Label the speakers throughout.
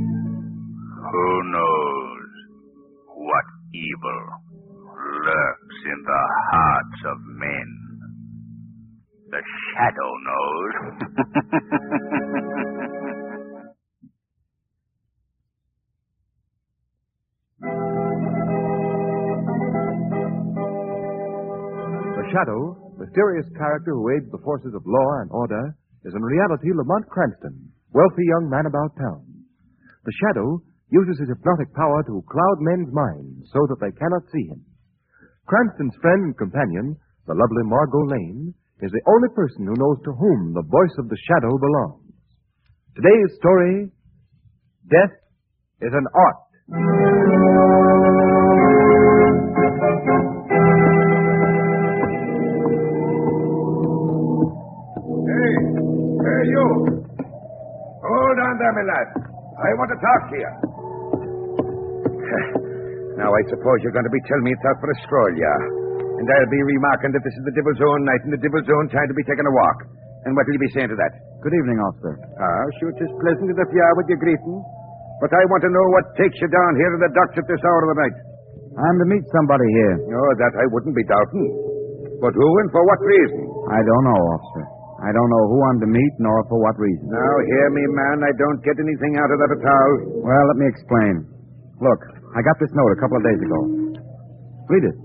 Speaker 1: Who knows what evil lurks in the hearts of men? The shadow knows.
Speaker 2: The Shadow, mysterious character who aids the forces of law and order, is in reality Lamont Cranston, wealthy young man about town. The Shadow uses his hypnotic power to cloud men's minds so that they cannot see him. Cranston's friend and companion, the lovely Margot Lane, is the only person who knows to whom the voice of the Shadow belongs. Today's story, Death is an Art.
Speaker 3: Hey, hey, you. Hold on there, my lad. I want to talk to you. now, I suppose you're going to be telling me it's out for a stroll, yeah? And I'll be remarking that this is the Dibble's own night and the Dibble's own time to be taking a walk. And what'll you be saying to that?
Speaker 2: Good evening, officer.
Speaker 3: Ah, sure, it's pleasant enough you are with your greeting. But I want to know what takes you down here to the docks at this hour of the night.
Speaker 2: I'm to meet somebody here.
Speaker 3: Oh, that I wouldn't be doubting. But who and for what reason?
Speaker 2: I don't know, officer. I don't know who I'm to meet nor for what reason.
Speaker 3: Now, hear me, man. I don't get anything out of that at all.
Speaker 2: Well, let me explain. Look, I got this note a couple of days ago. Read it.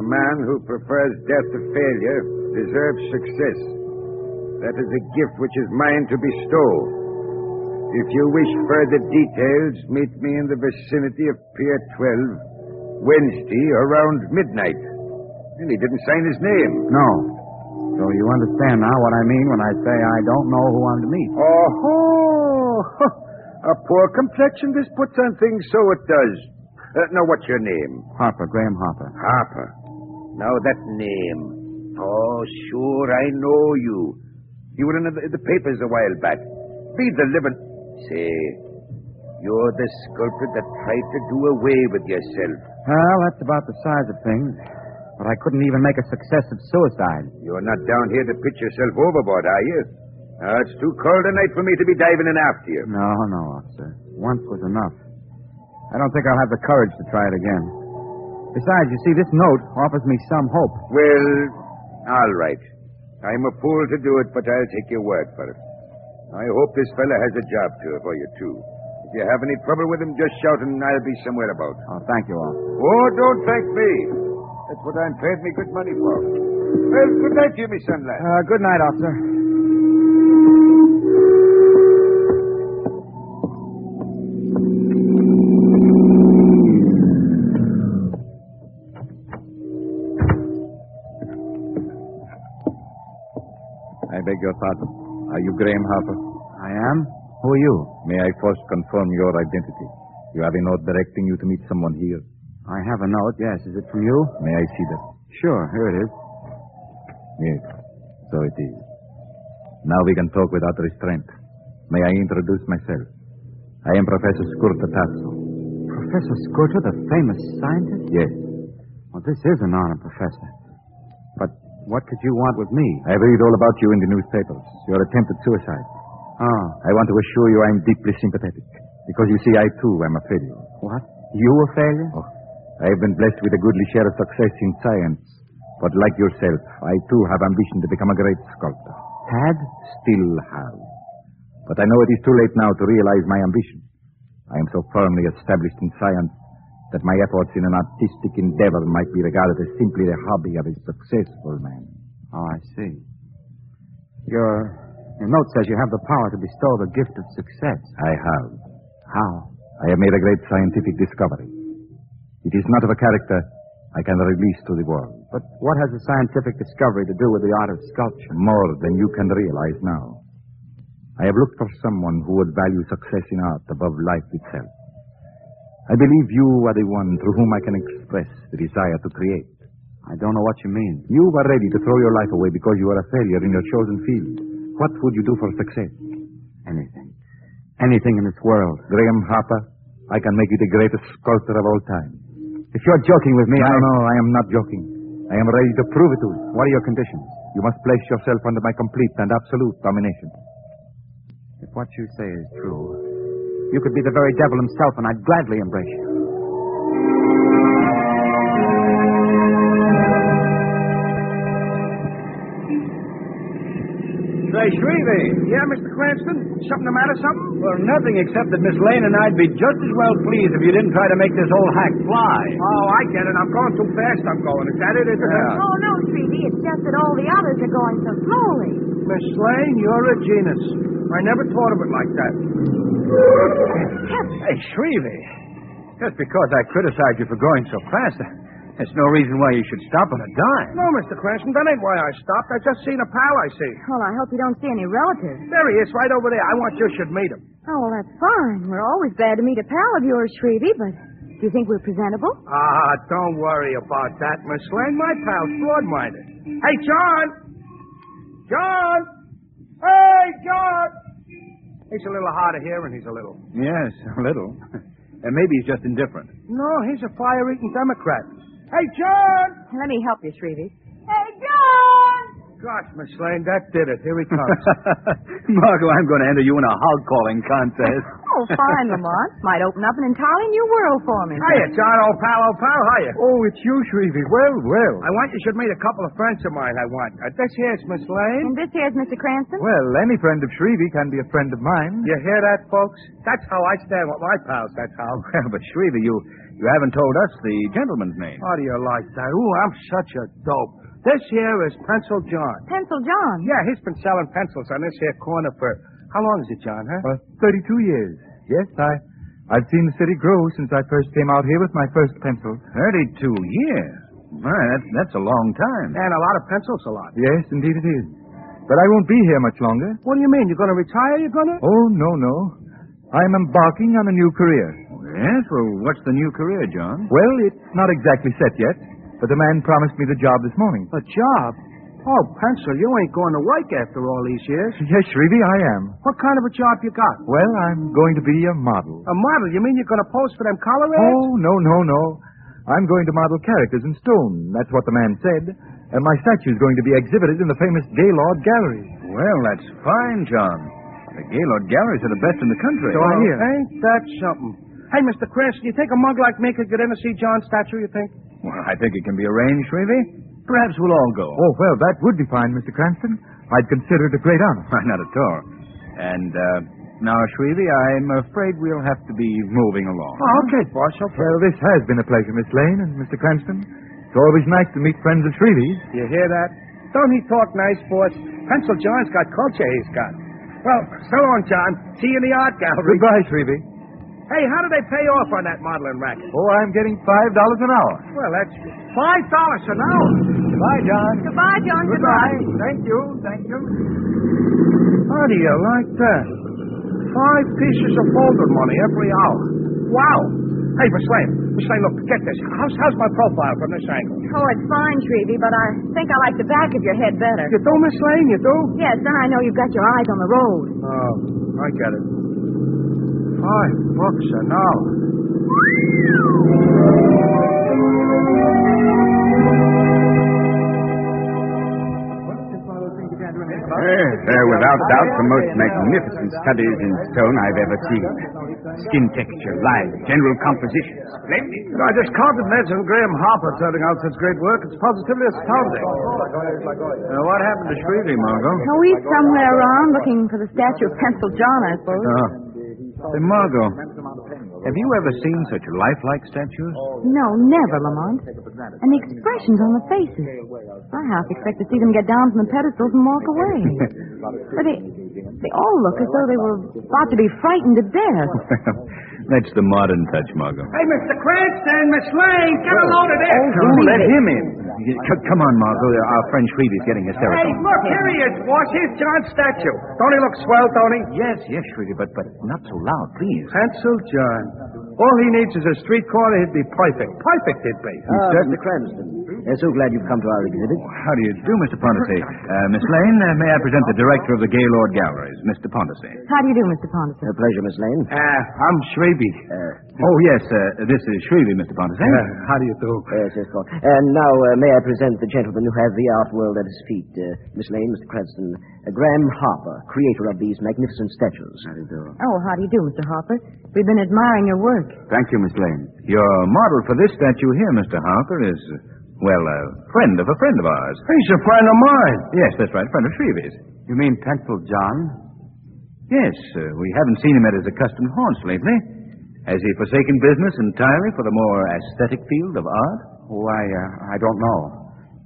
Speaker 3: A man who prefers death to failure deserves success. That is a gift which is mine to bestow. If you wish further details, meet me in the vicinity of Pier 12, Wednesday, around midnight. And he didn't sign his name.
Speaker 2: No. So you understand now what I mean when I say I don't know who I'm to meet.
Speaker 3: Oh, ho! a poor complexion this puts on things, so it does. Uh, now, what's your name?
Speaker 2: Harper, Graham Harper.
Speaker 3: Harper. Now that name. Oh, sure, I know you. You were in the, the papers a while back. Be the living. Say, you're the sculptor that tried to do away with yourself.
Speaker 2: Well, that's about the size of things. But I couldn't even make a success of suicide.
Speaker 3: You're not down here to pitch yourself overboard, are you? Uh, it's too cold a night for me to be diving in after you.
Speaker 2: No, no, officer. Once was enough. I don't think I'll have the courage to try it again. Besides, you see, this note offers me some hope.
Speaker 3: Well, all right. I'm a fool to do it, but I'll take your word for it. I hope this fella has a job to for you, too. If you have any trouble with him, just shout and I'll be somewhere about.
Speaker 2: Oh, thank you, officer.
Speaker 3: Oh, don't thank me. That's what I'm paid me good money for. Well, good night to you, me son lad.
Speaker 2: Uh, good night, officer.
Speaker 4: I beg your pardon. Are you Graham Harper?
Speaker 2: I am? Who are you?
Speaker 4: May I first confirm your identity? You have a note directing you to meet someone here.
Speaker 2: I have a note, yes. Is it from you?
Speaker 4: May I see that?
Speaker 2: Sure, here it is.
Speaker 4: Yes. So it is. Now we can talk without restraint. May I introduce myself? I am Professor Skurta Tasso.
Speaker 2: Professor Scorter, the famous scientist?
Speaker 4: Yes.
Speaker 2: Well, this is an honor, Professor. But what could you want with me?
Speaker 4: I read all about you in the newspapers. Your attempted suicide.
Speaker 2: Oh,
Speaker 4: I want to assure you I am deeply sympathetic. Because you see, I too am a failure.
Speaker 2: what? You a failure?
Speaker 4: Oh, I have been blessed with a goodly share of success in science. But like yourself, I too have ambition to become a great sculptor.
Speaker 2: Had?
Speaker 4: Still have. But I know it is too late now to realize my ambition. I am so firmly established in science that my efforts in an artistic endeavor might be regarded as simply the hobby of a successful man.
Speaker 5: Oh, I see. Your, your note says you have the power to bestow the gift of success.
Speaker 4: I have.
Speaker 5: How?
Speaker 4: I have made a great scientific discovery. It is not of a character I can release to the world.
Speaker 5: But what has a scientific discovery to do with the art of sculpture?
Speaker 4: More than you can realize now. I have looked for someone who would value success in art above life itself. I believe you are the one through whom I can express the desire to create.
Speaker 5: I don't know what you mean.
Speaker 4: You were ready to throw your life away because you were a failure in your chosen field. What would you do for success?
Speaker 5: Anything. Anything in this world.
Speaker 4: Graham Harper, I can make you the greatest sculptor of all time.
Speaker 5: If you're joking with me,
Speaker 4: no,
Speaker 5: I.
Speaker 4: no, I am not joking. I am ready to prove it to you.
Speaker 5: What are your conditions?
Speaker 4: You must place yourself under my complete and absolute domination.
Speaker 5: If what you say is true, you could be the very devil himself, and I'd gladly embrace you.
Speaker 6: Say, Shrevey,
Speaker 3: Yeah, Mr. Cranston? Something the matter, something?
Speaker 6: well, nothing except that Miss Lane and I'd be just as well pleased if you didn't try to make this old hack fly.
Speaker 3: Oh, I get it. I'm going too fast. I'm going. Is that it? Is it?
Speaker 6: Yeah.
Speaker 7: Oh, no, Stevie. It's just that all the others are going so slowly.
Speaker 3: Miss Lane, you're a genius. I never thought of it like that.
Speaker 6: Hey, Shrevey, just because I criticized you for going so fast, there's no reason why you should stop on a dime.
Speaker 3: No, Mr. Cranston, that ain't why I stopped. I just seen a pal I see.
Speaker 7: Well, I hope you don't see any relatives.
Speaker 3: There he is, right over there. I want you should meet him.
Speaker 7: Oh, well, that's fine. We're always glad to meet a pal of yours, Shrevey, but do you think we're presentable?
Speaker 3: Ah, don't worry about that, Miss Lane. My pal's broad-minded. Hey, John! John! Hey, John! He's a little hard of hearing, he's a little.
Speaker 6: Yes, a little. and maybe he's just indifferent.
Speaker 3: No, he's a fire-eating Democrat. Hey, John!
Speaker 7: Let me help you, Shrevey. Hey, John!
Speaker 3: Gosh, Miss Lane, that did it. Here he comes.
Speaker 6: Margot, I'm going to enter you in a hog calling contest.
Speaker 7: Oh, fine, Lamont. Might open up an entirely new world for me.
Speaker 3: Hiya, John, old pal, old pal, hiya.
Speaker 5: Oh, it's you, Shrevey. Well, well.
Speaker 3: I want you should meet a couple of friends of mine I want. Uh, this here's Miss Lane.
Speaker 7: And this here's Mr. Cranston.
Speaker 4: Well, any friend of Shrevey can be a friend of mine.
Speaker 3: You hear that, folks? That's how I stand with my pals, that's how.
Speaker 6: Well, but Shrevey, you you haven't told us the gentleman's name.
Speaker 3: How do you like that? Ooh, I'm such a dope. This here is Pencil John.
Speaker 7: Pencil John.
Speaker 3: Yeah, he's been selling pencils on this here corner for... How long is it, John, huh?
Speaker 4: Uh, 32 years. Yes, I, I've seen the city grow since I first came out here with my first pencil.
Speaker 6: Thirty-two years. My, that's that's a long time.
Speaker 3: And a lot of pencils, a lot.
Speaker 4: Yes, indeed it is. But I won't be here much longer.
Speaker 3: What do you mean? You're going to retire? You're going to...
Speaker 4: Oh, no, no. I'm embarking on a new career.
Speaker 6: Yes. Well, what's the new career, John?
Speaker 4: Well, it's not exactly set yet, but the man promised me the job this morning.
Speaker 3: A job? Oh, Pencil, you ain't going to work after all these years.
Speaker 4: Yes, Shrevey, I am.
Speaker 3: What kind of a job you got?
Speaker 4: Well, I'm going to be a model.
Speaker 3: A model? You mean you're going to pose for them collar ads?
Speaker 4: Oh, no, no, no. I'm going to model characters in stone. That's what the man said. And my statue is going to be exhibited in the famous Gaylord Gallery.
Speaker 6: Well, that's fine, John. The Gaylord galleries are the best in the country.
Speaker 4: So I hear.
Speaker 3: Ain't that something? Hey, Mr. Cranston, you think a mug like me could get in to see John's statue, you think?
Speaker 6: Well, I think it can be arranged, Shrevey. Perhaps we'll all go.
Speaker 4: Oh, well, that would be fine, Mr. Cranston. I'd consider it a great honor.
Speaker 6: Why, not at all. And uh, now, Shrevey, I'm afraid we'll have to be moving along.
Speaker 3: Oh, okay, boss, okay.
Speaker 4: Well, this has been a pleasure, Miss Lane and Mr. Cranston. It's always nice to meet friends of Shrevey's.
Speaker 3: You hear that? Don't he talk nice, boss? Pencil John's got culture he's got. Well, so long, John. See you in the art gallery.
Speaker 4: Goodbye, Shrevey.
Speaker 3: Hey, how do they pay off on that modeling racket?
Speaker 4: Oh, I'm getting $5 an hour.
Speaker 3: Well, that's five dollars an hour.
Speaker 4: Bye, John.
Speaker 7: Goodbye, John.
Speaker 3: Thank you. Thank you. How do you like that? Five pieces of folded money every hour. Wow. Hey, Miss Lane. Miss Lane, look, get this. How's, how's my profile from this angle?
Speaker 7: Oh, it's fine, Shrevey, but I think I like the back of your head better.
Speaker 3: You do, Miss Lane? You do?
Speaker 7: Yes, then I know you've got your eyes on the road.
Speaker 3: Oh, I get it. Five bucks an hour.
Speaker 5: Yes, they're without doubt the most magnificent studies in stone I've ever seen. Skin texture, lines, general composition, splendid.
Speaker 3: I just counted Neds and Graham Harper turning out such great work. It's positively astounding.
Speaker 6: Uh, what happened to Shrevey, Margot?
Speaker 7: Oh, he's
Speaker 3: Uh,
Speaker 7: somewhere around looking for the statue of Pencil John, I suppose.
Speaker 6: Oh. Say, Margot,
Speaker 8: Have you ever seen such lifelike statues?
Speaker 7: No, never, Lamont. And the expressions on the faces. I half expect to see them get down from the pedestals and walk away. but they, they all look as though they were about to be frightened to death.
Speaker 4: That's the modern touch, Margot.
Speaker 3: Hey, Mr. Cranston, Miss Lane, get a load of this.
Speaker 8: Come, let him in. C- come on, Margot. Our friend Shrevey's getting
Speaker 3: Hey,
Speaker 8: hysterical.
Speaker 3: look, here he is, Wash. Here's John's statue. Don't he look swell, don't he?
Speaker 8: Yes, yes, Shrevey, but, but not so loud, please.
Speaker 3: Pencil John. All he needs is a street corner, he'd be perfect. Perfect, he'd be.
Speaker 9: Ah, Mr. Cranston. I'm so glad you've come to our exhibit.
Speaker 4: How do you do, Mr. Pondice? Uh, Miss Lane, uh, may I present the director of the Gaylord Galleries, Mr. Pondice?
Speaker 7: How do you do, Mr. Ponderson?
Speaker 9: A pleasure, Miss Lane.
Speaker 3: Uh,
Speaker 8: Ah, I'm Shrevey.
Speaker 4: Oh, yes, uh, this is Shrevey, Mr. Pondice.
Speaker 3: Uh,
Speaker 8: how do you do?
Speaker 9: Uh, Yes, yes, of course. And now, uh, may I present the gentleman who has the art world at his feet, uh, Miss Lane, Mr. Cranston, uh, Graham Harper, creator of these magnificent statues. How do you do?
Speaker 7: Oh, how do you do, Mr. Harper? We've been admiring your work.
Speaker 4: Thank you, Miss Lane. Your model for this statue here, Mr. Harper, is, uh, well, a friend of a friend of ours.
Speaker 3: He's a friend of mine.
Speaker 4: Yes, that's right, friend of Shrevey's.
Speaker 10: You mean Pencil John?
Speaker 4: Yes, uh, we haven't seen him at his accustomed haunts lately. Has he forsaken business entirely for the more aesthetic field of art?
Speaker 10: Oh, I, uh, I don't know.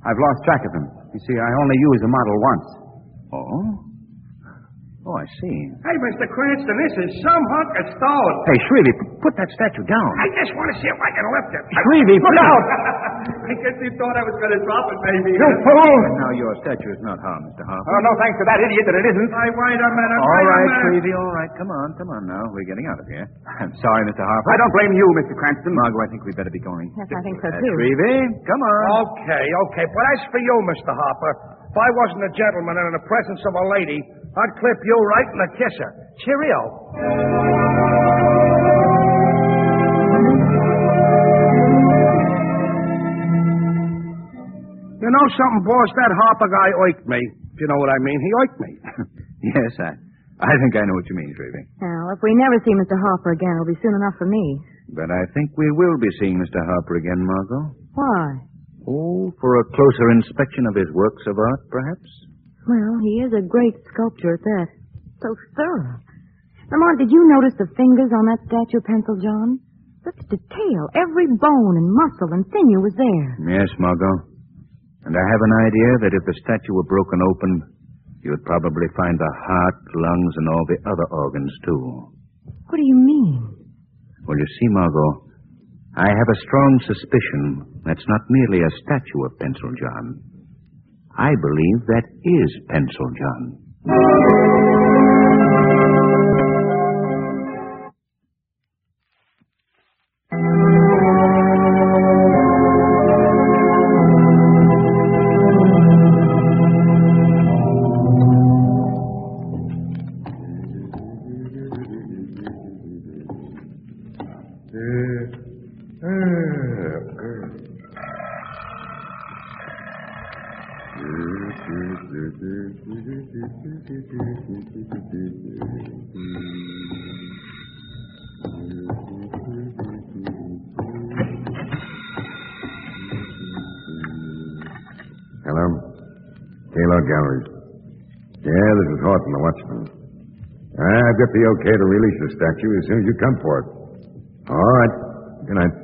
Speaker 10: I've lost track of him. You see, I only use the model once.
Speaker 4: Oh? Oh, I see.
Speaker 3: Hey, Mr. Cranston, this is some hunk of stone.
Speaker 4: Hey, Shrevey, p- put that statue down.
Speaker 3: I just want to see if I can lift it.
Speaker 4: Shrevey, put it out!
Speaker 3: I guess he thought I was going to drop it, maybe.
Speaker 4: Now, your statue is not harmed, Mr. Harper.
Speaker 3: Oh, no thanks to that idiot that it isn't. I wait a minute.
Speaker 4: all
Speaker 3: wait
Speaker 4: right,
Speaker 3: a minute.
Speaker 4: Shrevey, all right. Come on, come on now. We're getting out of here. I'm sorry, Mr. Harper.
Speaker 10: I don't blame you, Mr. Cranston.
Speaker 4: Margot, I think we'd better be going.
Speaker 7: Yes, I think so,
Speaker 4: Uh,
Speaker 7: too.
Speaker 4: Shrevey, come on.
Speaker 3: Okay, okay. But as for you, Mr. Harper, if I wasn't a gentleman and in the presence of a lady, I'd clip you right in the kisser. Cheerio. You know something, boss? That Harper guy oiked me. If you know what I mean, he oiked me.
Speaker 4: Yes, I, I think I know what you mean, Shrevey.
Speaker 7: Now, if we never see Mr. Harper again, it'll be soon enough for me.
Speaker 4: But I think we will be seeing Mr. Harper again, Margot.
Speaker 7: Why?
Speaker 4: Oh, for a closer inspection of his works of art, perhaps?
Speaker 7: Well, he is a great sculptor at that. So thorough. Lamont, did you notice the fingers on that statue pencil, John? Such detail. Every bone and muscle and sinew was there.
Speaker 4: Yes, Margot. And I have an idea that if the statue were broken open, you would probably find the heart, lungs, and all the other organs, too.
Speaker 7: What do you mean?
Speaker 4: Well, you see, Margot, I have a strong suspicion that's not merely a statue of Pencil John. I believe that is Pencil John.
Speaker 11: Hello? Gaylord Galleries. Yeah, this is Horton, the watchman. Ah, I've got the okay to release the statue as soon as you come for it. All right. Good night.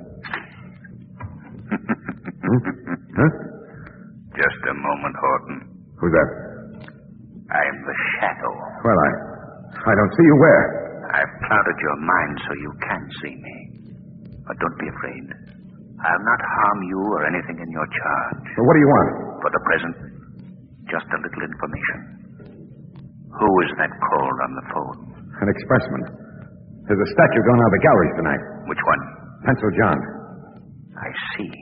Speaker 11: Hmm? Huh?
Speaker 1: Just a moment, Horton.
Speaker 11: Who's that?
Speaker 1: I'm the shadow.
Speaker 11: Well, I. I don't see you where.
Speaker 1: I've clouded your mind so you can't see me. But don't be afraid. I'll not harm you or anything in your charge.
Speaker 11: Well, what do you want?
Speaker 1: For the present, just a little information. Who is that called on the phone?
Speaker 11: An expressman. There's a statue going out of the galleries tonight.
Speaker 1: Which one?
Speaker 11: Pencil John.
Speaker 1: I see.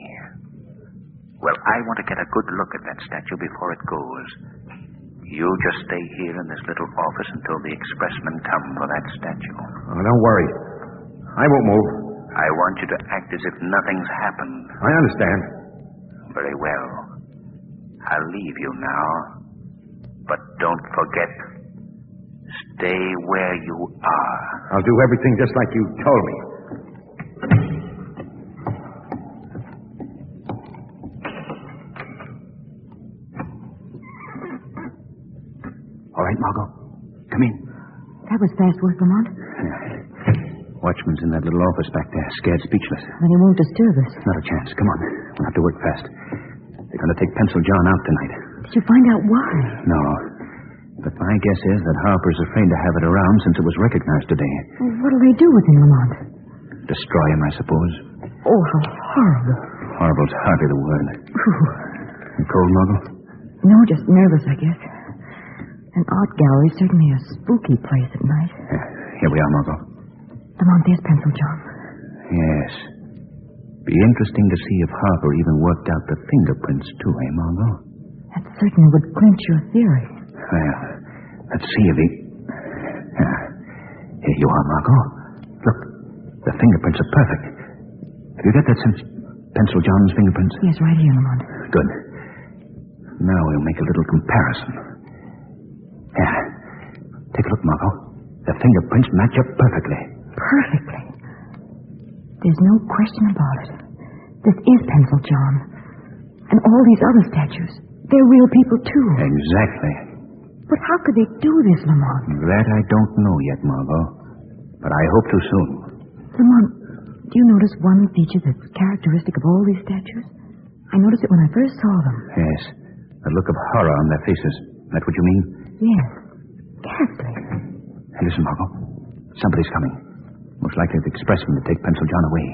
Speaker 1: Well, I want to get a good look at that statue before it goes. You just stay here in this little office until the expressmen come for that statue.
Speaker 11: Oh, don't worry. I won't move.
Speaker 1: I want you to act as if nothing's happened.
Speaker 11: I understand.
Speaker 1: Very well. I'll leave you now. But don't forget, stay where you are.
Speaker 11: I'll do everything just like you told me.
Speaker 4: All right, Margot. Come in.
Speaker 7: That was fast work, Lamont.
Speaker 1: Watchman's in that little office back there, scared speechless.
Speaker 7: Then he won't disturb us.
Speaker 1: Not a chance. Come on. We'll have to work fast. They're going to take Pencil John out tonight.
Speaker 7: Did you find out why?
Speaker 1: No. But my guess is that Harper's afraid to have it around since it was recognized today.
Speaker 7: Well, what'll they do with him, Lamont?
Speaker 1: Destroy him, I suppose.
Speaker 7: Oh, how horrible.
Speaker 1: Horrible's hardly the word.
Speaker 7: Phew.
Speaker 1: You cold, Margot?
Speaker 7: No, just nervous, I guess. An art gallery's certainly a spooky place at night.
Speaker 1: Here we are, Margot.
Speaker 7: Lamont, there's Pencil John.
Speaker 1: Yes. Be interesting to see if Harper even worked out the fingerprints, too, eh, Margot?
Speaker 7: That certainly would clinch your theory.
Speaker 1: Well, let's see if he. Yeah. Here you are, Margot. Look, the fingerprints are perfect. Have you got that since Pencil John's fingerprints?
Speaker 7: Yes, right here, Lamont.
Speaker 1: Good. Now we'll make a little comparison. Yeah. Take a look, Margot. The fingerprints match up perfectly.
Speaker 7: Perfectly. There's no question about it. This is Pencil John. And all these other statues. They're real people, too.
Speaker 1: Exactly.
Speaker 7: But how could they do this, Lamont?
Speaker 1: That I don't know yet, Margot. But I hope to soon.
Speaker 7: Lamont, do you notice one feature that's characteristic of all these statues? I noticed it when I first saw them.
Speaker 1: Yes. A look of horror on their faces. That what you mean?
Speaker 7: Yes. Ghastly.
Speaker 1: Hey, listen, Margot. Somebody's coming. Most likely the expressman to take Pencil John away.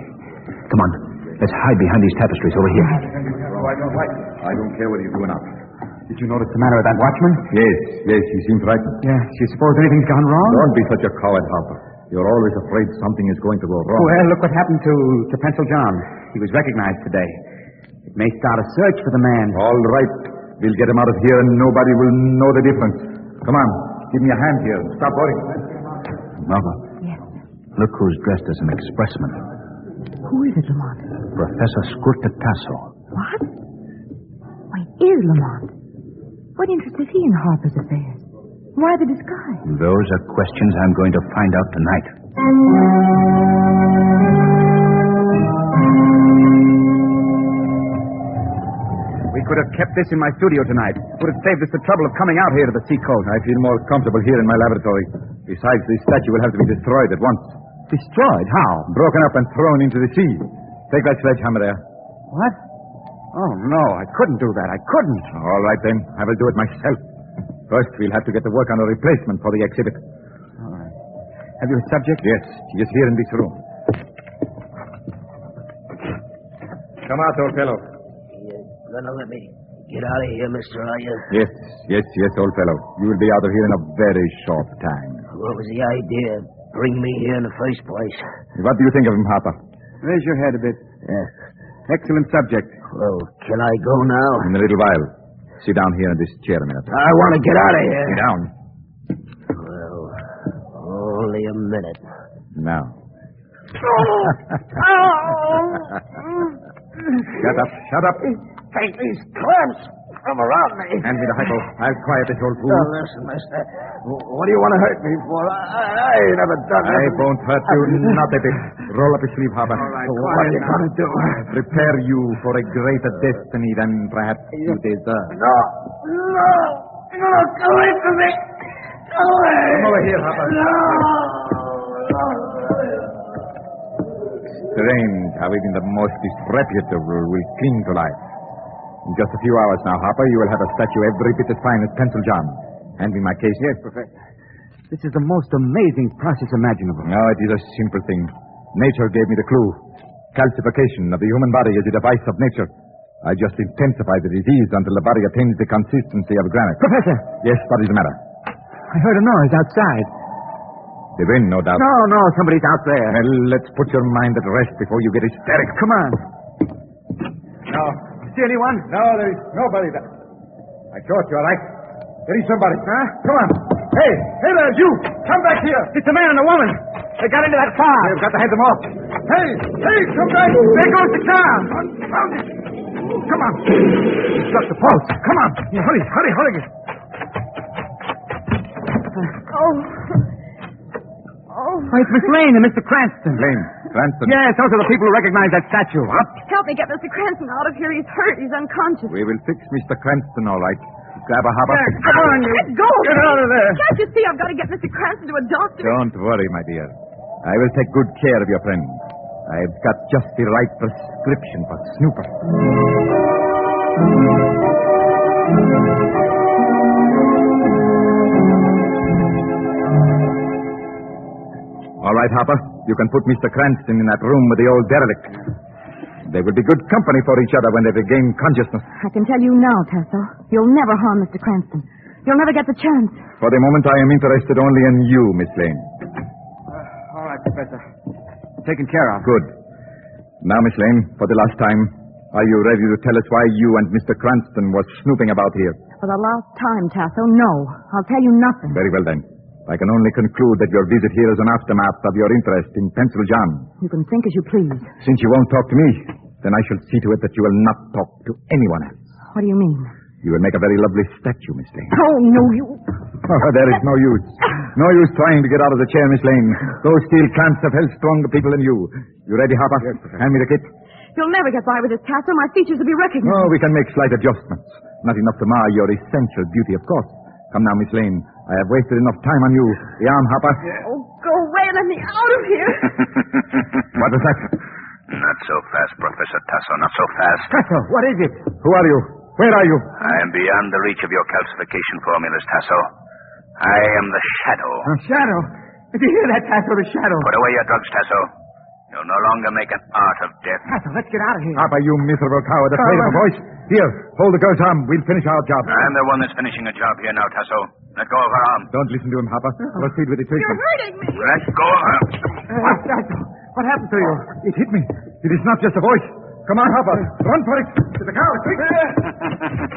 Speaker 1: Come on. Let's hide behind these tapestries over here.
Speaker 12: Oh, I don't like it. I don't care whether you're doing up. Did you notice the manner of that watchman?
Speaker 4: Yes, yes, he seemed frightened.
Speaker 12: Yeah. Do you suppose anything's gone wrong?
Speaker 4: Don't be such a coward, Harper. You're always afraid something is going to go wrong.
Speaker 12: Well, look what happened to, to Pencil John. He was recognized today. It may start a search for the man.
Speaker 4: All right. We'll get him out of here and nobody will know the difference. Come on. Give me a hand here. Stop worrying.
Speaker 1: Margot.
Speaker 7: Yes.
Speaker 1: Look who's dressed as an expressman.
Speaker 7: Who is it, Lamont?
Speaker 1: Professor Scurtatasso.
Speaker 7: What? Why, it is Lamont. What interest is he in Harper's affairs? Why the disguise?
Speaker 1: Those are questions I'm going to find out tonight.
Speaker 12: We could have kept this in my studio tonight. Would have saved us the trouble of coming out here to the seacoast.
Speaker 4: I feel more comfortable here in my laboratory. Besides, this statue will have to be destroyed at once.
Speaker 12: Destroyed? How?
Speaker 4: Broken up and thrown into the sea. Take that sledgehammer there.
Speaker 12: What? Oh, no, I couldn't do that. I couldn't.
Speaker 4: All right, then. I will do it myself. First, we'll have to get to work on a replacement for the exhibit.
Speaker 12: All right. Have you a subject?
Speaker 4: Yes, he is here in this room.
Speaker 13: Come out, old fellow.
Speaker 9: You're gonna let me get out of here, mister, are you?
Speaker 4: Yes, yes, yes, old fellow. You will be out of here in a very short time.
Speaker 9: What was the idea? Bring me here in the first place.
Speaker 4: What do you think of him, Harper?
Speaker 12: Raise your head a bit.
Speaker 9: Yes.
Speaker 12: Excellent subject.
Speaker 9: Well, can I go now?
Speaker 4: In a little while. Sit down here in this chair a minute.
Speaker 9: I want to get out of here.
Speaker 4: Sit down.
Speaker 9: Well, only a minute.
Speaker 4: Now. Shut up, shut up.
Speaker 13: Take these clamps from around me.
Speaker 4: Hand me the hypo. I'll quiet this old fool.
Speaker 13: Now, listen, mister. What do you want to hurt me for? I, I ain't never done
Speaker 4: I
Speaker 13: nothing.
Speaker 4: won't hurt you, not a bit. Roll up your sleeve, Harper.
Speaker 13: All right, quiet
Speaker 4: you
Speaker 13: now.
Speaker 4: gonna do? Prepare you for a greater destiny than perhaps you deserve.
Speaker 13: No, no, no, go away from me. Go away.
Speaker 4: Come over here, Harper.
Speaker 13: No,
Speaker 4: Strange how even the most disreputable will cling to life. In just a few hours now, Harper, you will have a statue every bit as fine as Pencil John. Hand me my case.
Speaker 12: Yes, Professor. This is the most amazing process imaginable.
Speaker 4: No, it is a simple thing. Nature gave me the clue. Calcification of the human body is a device of nature. I just intensify the disease until the body attains the consistency of granite.
Speaker 12: Professor,
Speaker 4: Yes, what is the matter?
Speaker 12: I heard a noise outside.
Speaker 4: The wind, no doubt.
Speaker 12: No, no, somebody's out there.
Speaker 4: Well, let's put your mind at rest before you get hysterical.
Speaker 12: Come on.
Speaker 3: No.
Speaker 12: See anyone?
Speaker 3: No, there's nobody there. I thought you all right. There is somebody. Huh? Come on. Hey, hey there, you! Come back here!
Speaker 12: It's a man and a woman. They got into that car.
Speaker 3: We've got to head them off. Hey, hey, come back! There goes the car! Confound it! Come on. Stop the pulse. Come on. Hurry, hurry, hurry.
Speaker 7: Oh. Oh.
Speaker 12: Oh, it's Miss Lane and Mr. Cranston.
Speaker 4: Lane, Cranston.
Speaker 12: Yes, those are the people who recognize that statue. Up.
Speaker 7: Help me get Mr. Cranston out of here. He's hurt. He's unconscious.
Speaker 4: We will fix Mr. Cranston, all right. Grab a Harper.
Speaker 3: There, come on, you.
Speaker 7: Let go.
Speaker 3: Get out of there.
Speaker 7: Can't you see I've got to get Mr. Cranston to a doctor?
Speaker 4: Don't worry, my dear. I will take good care of your friend. I've got just the right prescription for Snooper. All right, Harper. You can put Mr. Cranston in that room with the old derelict. They will be good company for each other when they regain consciousness.
Speaker 7: I can tell you now, Tasso, you'll never harm Mr. Cranston. You'll never get the chance.
Speaker 4: For the moment, I am interested only in you, Miss Lane.
Speaker 3: Uh, All right, Professor. Taken care of.
Speaker 4: Good. Now, Miss Lane, for the last time, are you ready to tell us why you and Mr. Cranston were snooping about here?
Speaker 7: For the last time, Tasso, no. I'll tell you nothing.
Speaker 4: Very well, then. I can only conclude that your visit here is an aftermath of your interest in Pencil John.
Speaker 7: You can think as you please.
Speaker 4: Since you won't talk to me, then I shall see to it that you will not talk to anyone else.
Speaker 7: What do you mean?
Speaker 4: You will make a very lovely statue, Miss Lane.
Speaker 7: Oh, no, you.
Speaker 4: Oh, there is no use. No use trying to get out of the chair, Miss Lane. Those steel clamps have held stronger people than you. You ready, Harper? Yes, Hand me the kit.
Speaker 7: You'll never get by with this, Tasso. My features will be recognized.
Speaker 4: Oh, we can make slight adjustments. Not enough to mar your essential beauty, of course. Come now, Miss Lane. I have wasted enough time on you. The arm, Harper.
Speaker 14: Oh, go away. Let me out of here.
Speaker 4: What was that?
Speaker 1: Not so fast, Professor Tasso, not so fast.
Speaker 3: Professor, what is it?
Speaker 4: Who are you? Where are you?
Speaker 1: I am beyond the reach of your calcification formulas, Tasso. I am the Shadow.
Speaker 3: A shadow. Did you hear that, Tasso? The shadow.
Speaker 1: Put away your drugs, Tasso. You'll no longer make an art of death.
Speaker 3: Tasso, let's get out of here.
Speaker 4: Harper, you miserable coward, afraid
Speaker 3: Oh,
Speaker 4: of a voice. Here, hold the girl's arm. We'll finish our job.
Speaker 1: I'm the one that's finishing a job here now, Tasso. Let go of her arm.
Speaker 4: Don't listen to him, Harper. Proceed with the treatment.
Speaker 14: hurting me.
Speaker 1: Let go of her.
Speaker 3: Uh, Tasso, what happened to you?
Speaker 4: It hit me. It is not just a voice. Come on, Harper. Run for it. To the cow, quick.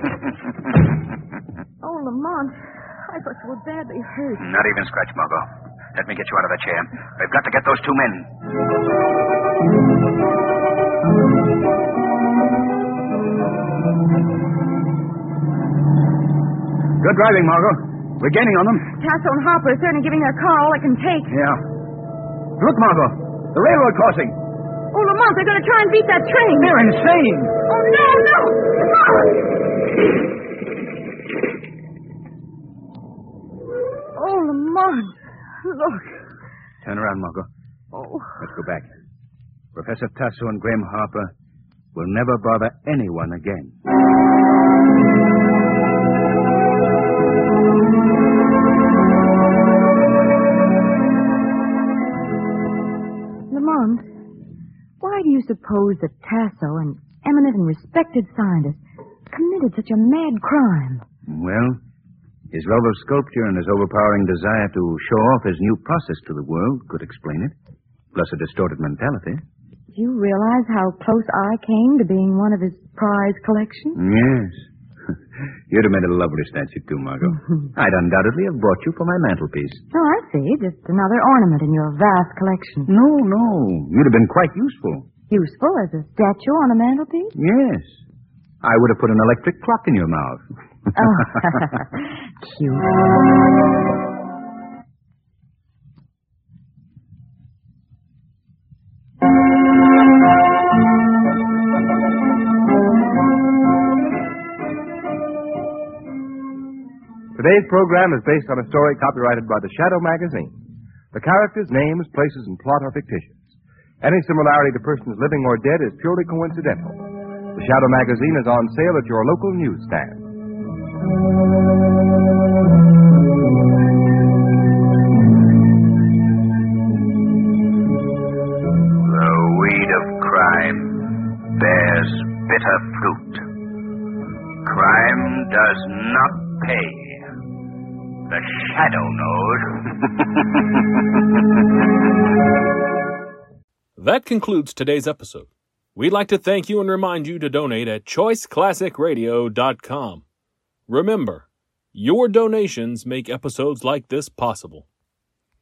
Speaker 7: Oh, Lamont, I thought you were badly hurt.
Speaker 1: Not even scratch, Margot. Let me get you out of the chair. We've got to get those two men.
Speaker 3: Good driving, Margot. We're gaining on them.
Speaker 7: Tasso and Harper are certainly giving their car all it can take.
Speaker 3: Yeah. Look, Margot. The railroad crossing.
Speaker 7: Oh, Lamont, they're going to try and beat that train.
Speaker 3: They're insane.
Speaker 14: Oh, no, no.
Speaker 7: Oh, Lamont, look.
Speaker 15: Turn around, Margot.
Speaker 7: Oh,
Speaker 15: Let's go back. Professor Tasso and Graham Harper will never bother anyone again.
Speaker 7: Lamont, why do you suppose that Tasso, an eminent and respected scientist, committed such a mad crime?
Speaker 15: Well, his love of sculpture and his overpowering desire to show off his new process to the world could explain it, plus a distorted mentality.
Speaker 7: Do you realize how close I came to being one of his prize collections?
Speaker 1: Mm.
Speaker 15: Yes. You'd have made a lovely statue, too, Margot. I'd undoubtedly have bought you for my mantelpiece.
Speaker 7: Oh, I see. Just another ornament in your vast collection.
Speaker 15: No, no. You'd have been quite useful.
Speaker 7: Useful as a statue on a mantelpiece?
Speaker 15: Yes. I would have put an electric clock in your mouth.
Speaker 7: Oh, cute.
Speaker 16: Today's program is based on a story copyrighted by The Shadow Magazine. The characters, names, places, and plot are fictitious. Any similarity to persons living or dead is purely coincidental. The Shadow Magazine is on sale at your local newsstand.
Speaker 1: The weed of crime bears bitter fruit. Crime does not pay. The shadow knows.
Speaker 17: That concludes today's episode. We'd like to thank you and remind you to donate at choiceclassicradio.com. Remember, your donations make episodes like this possible.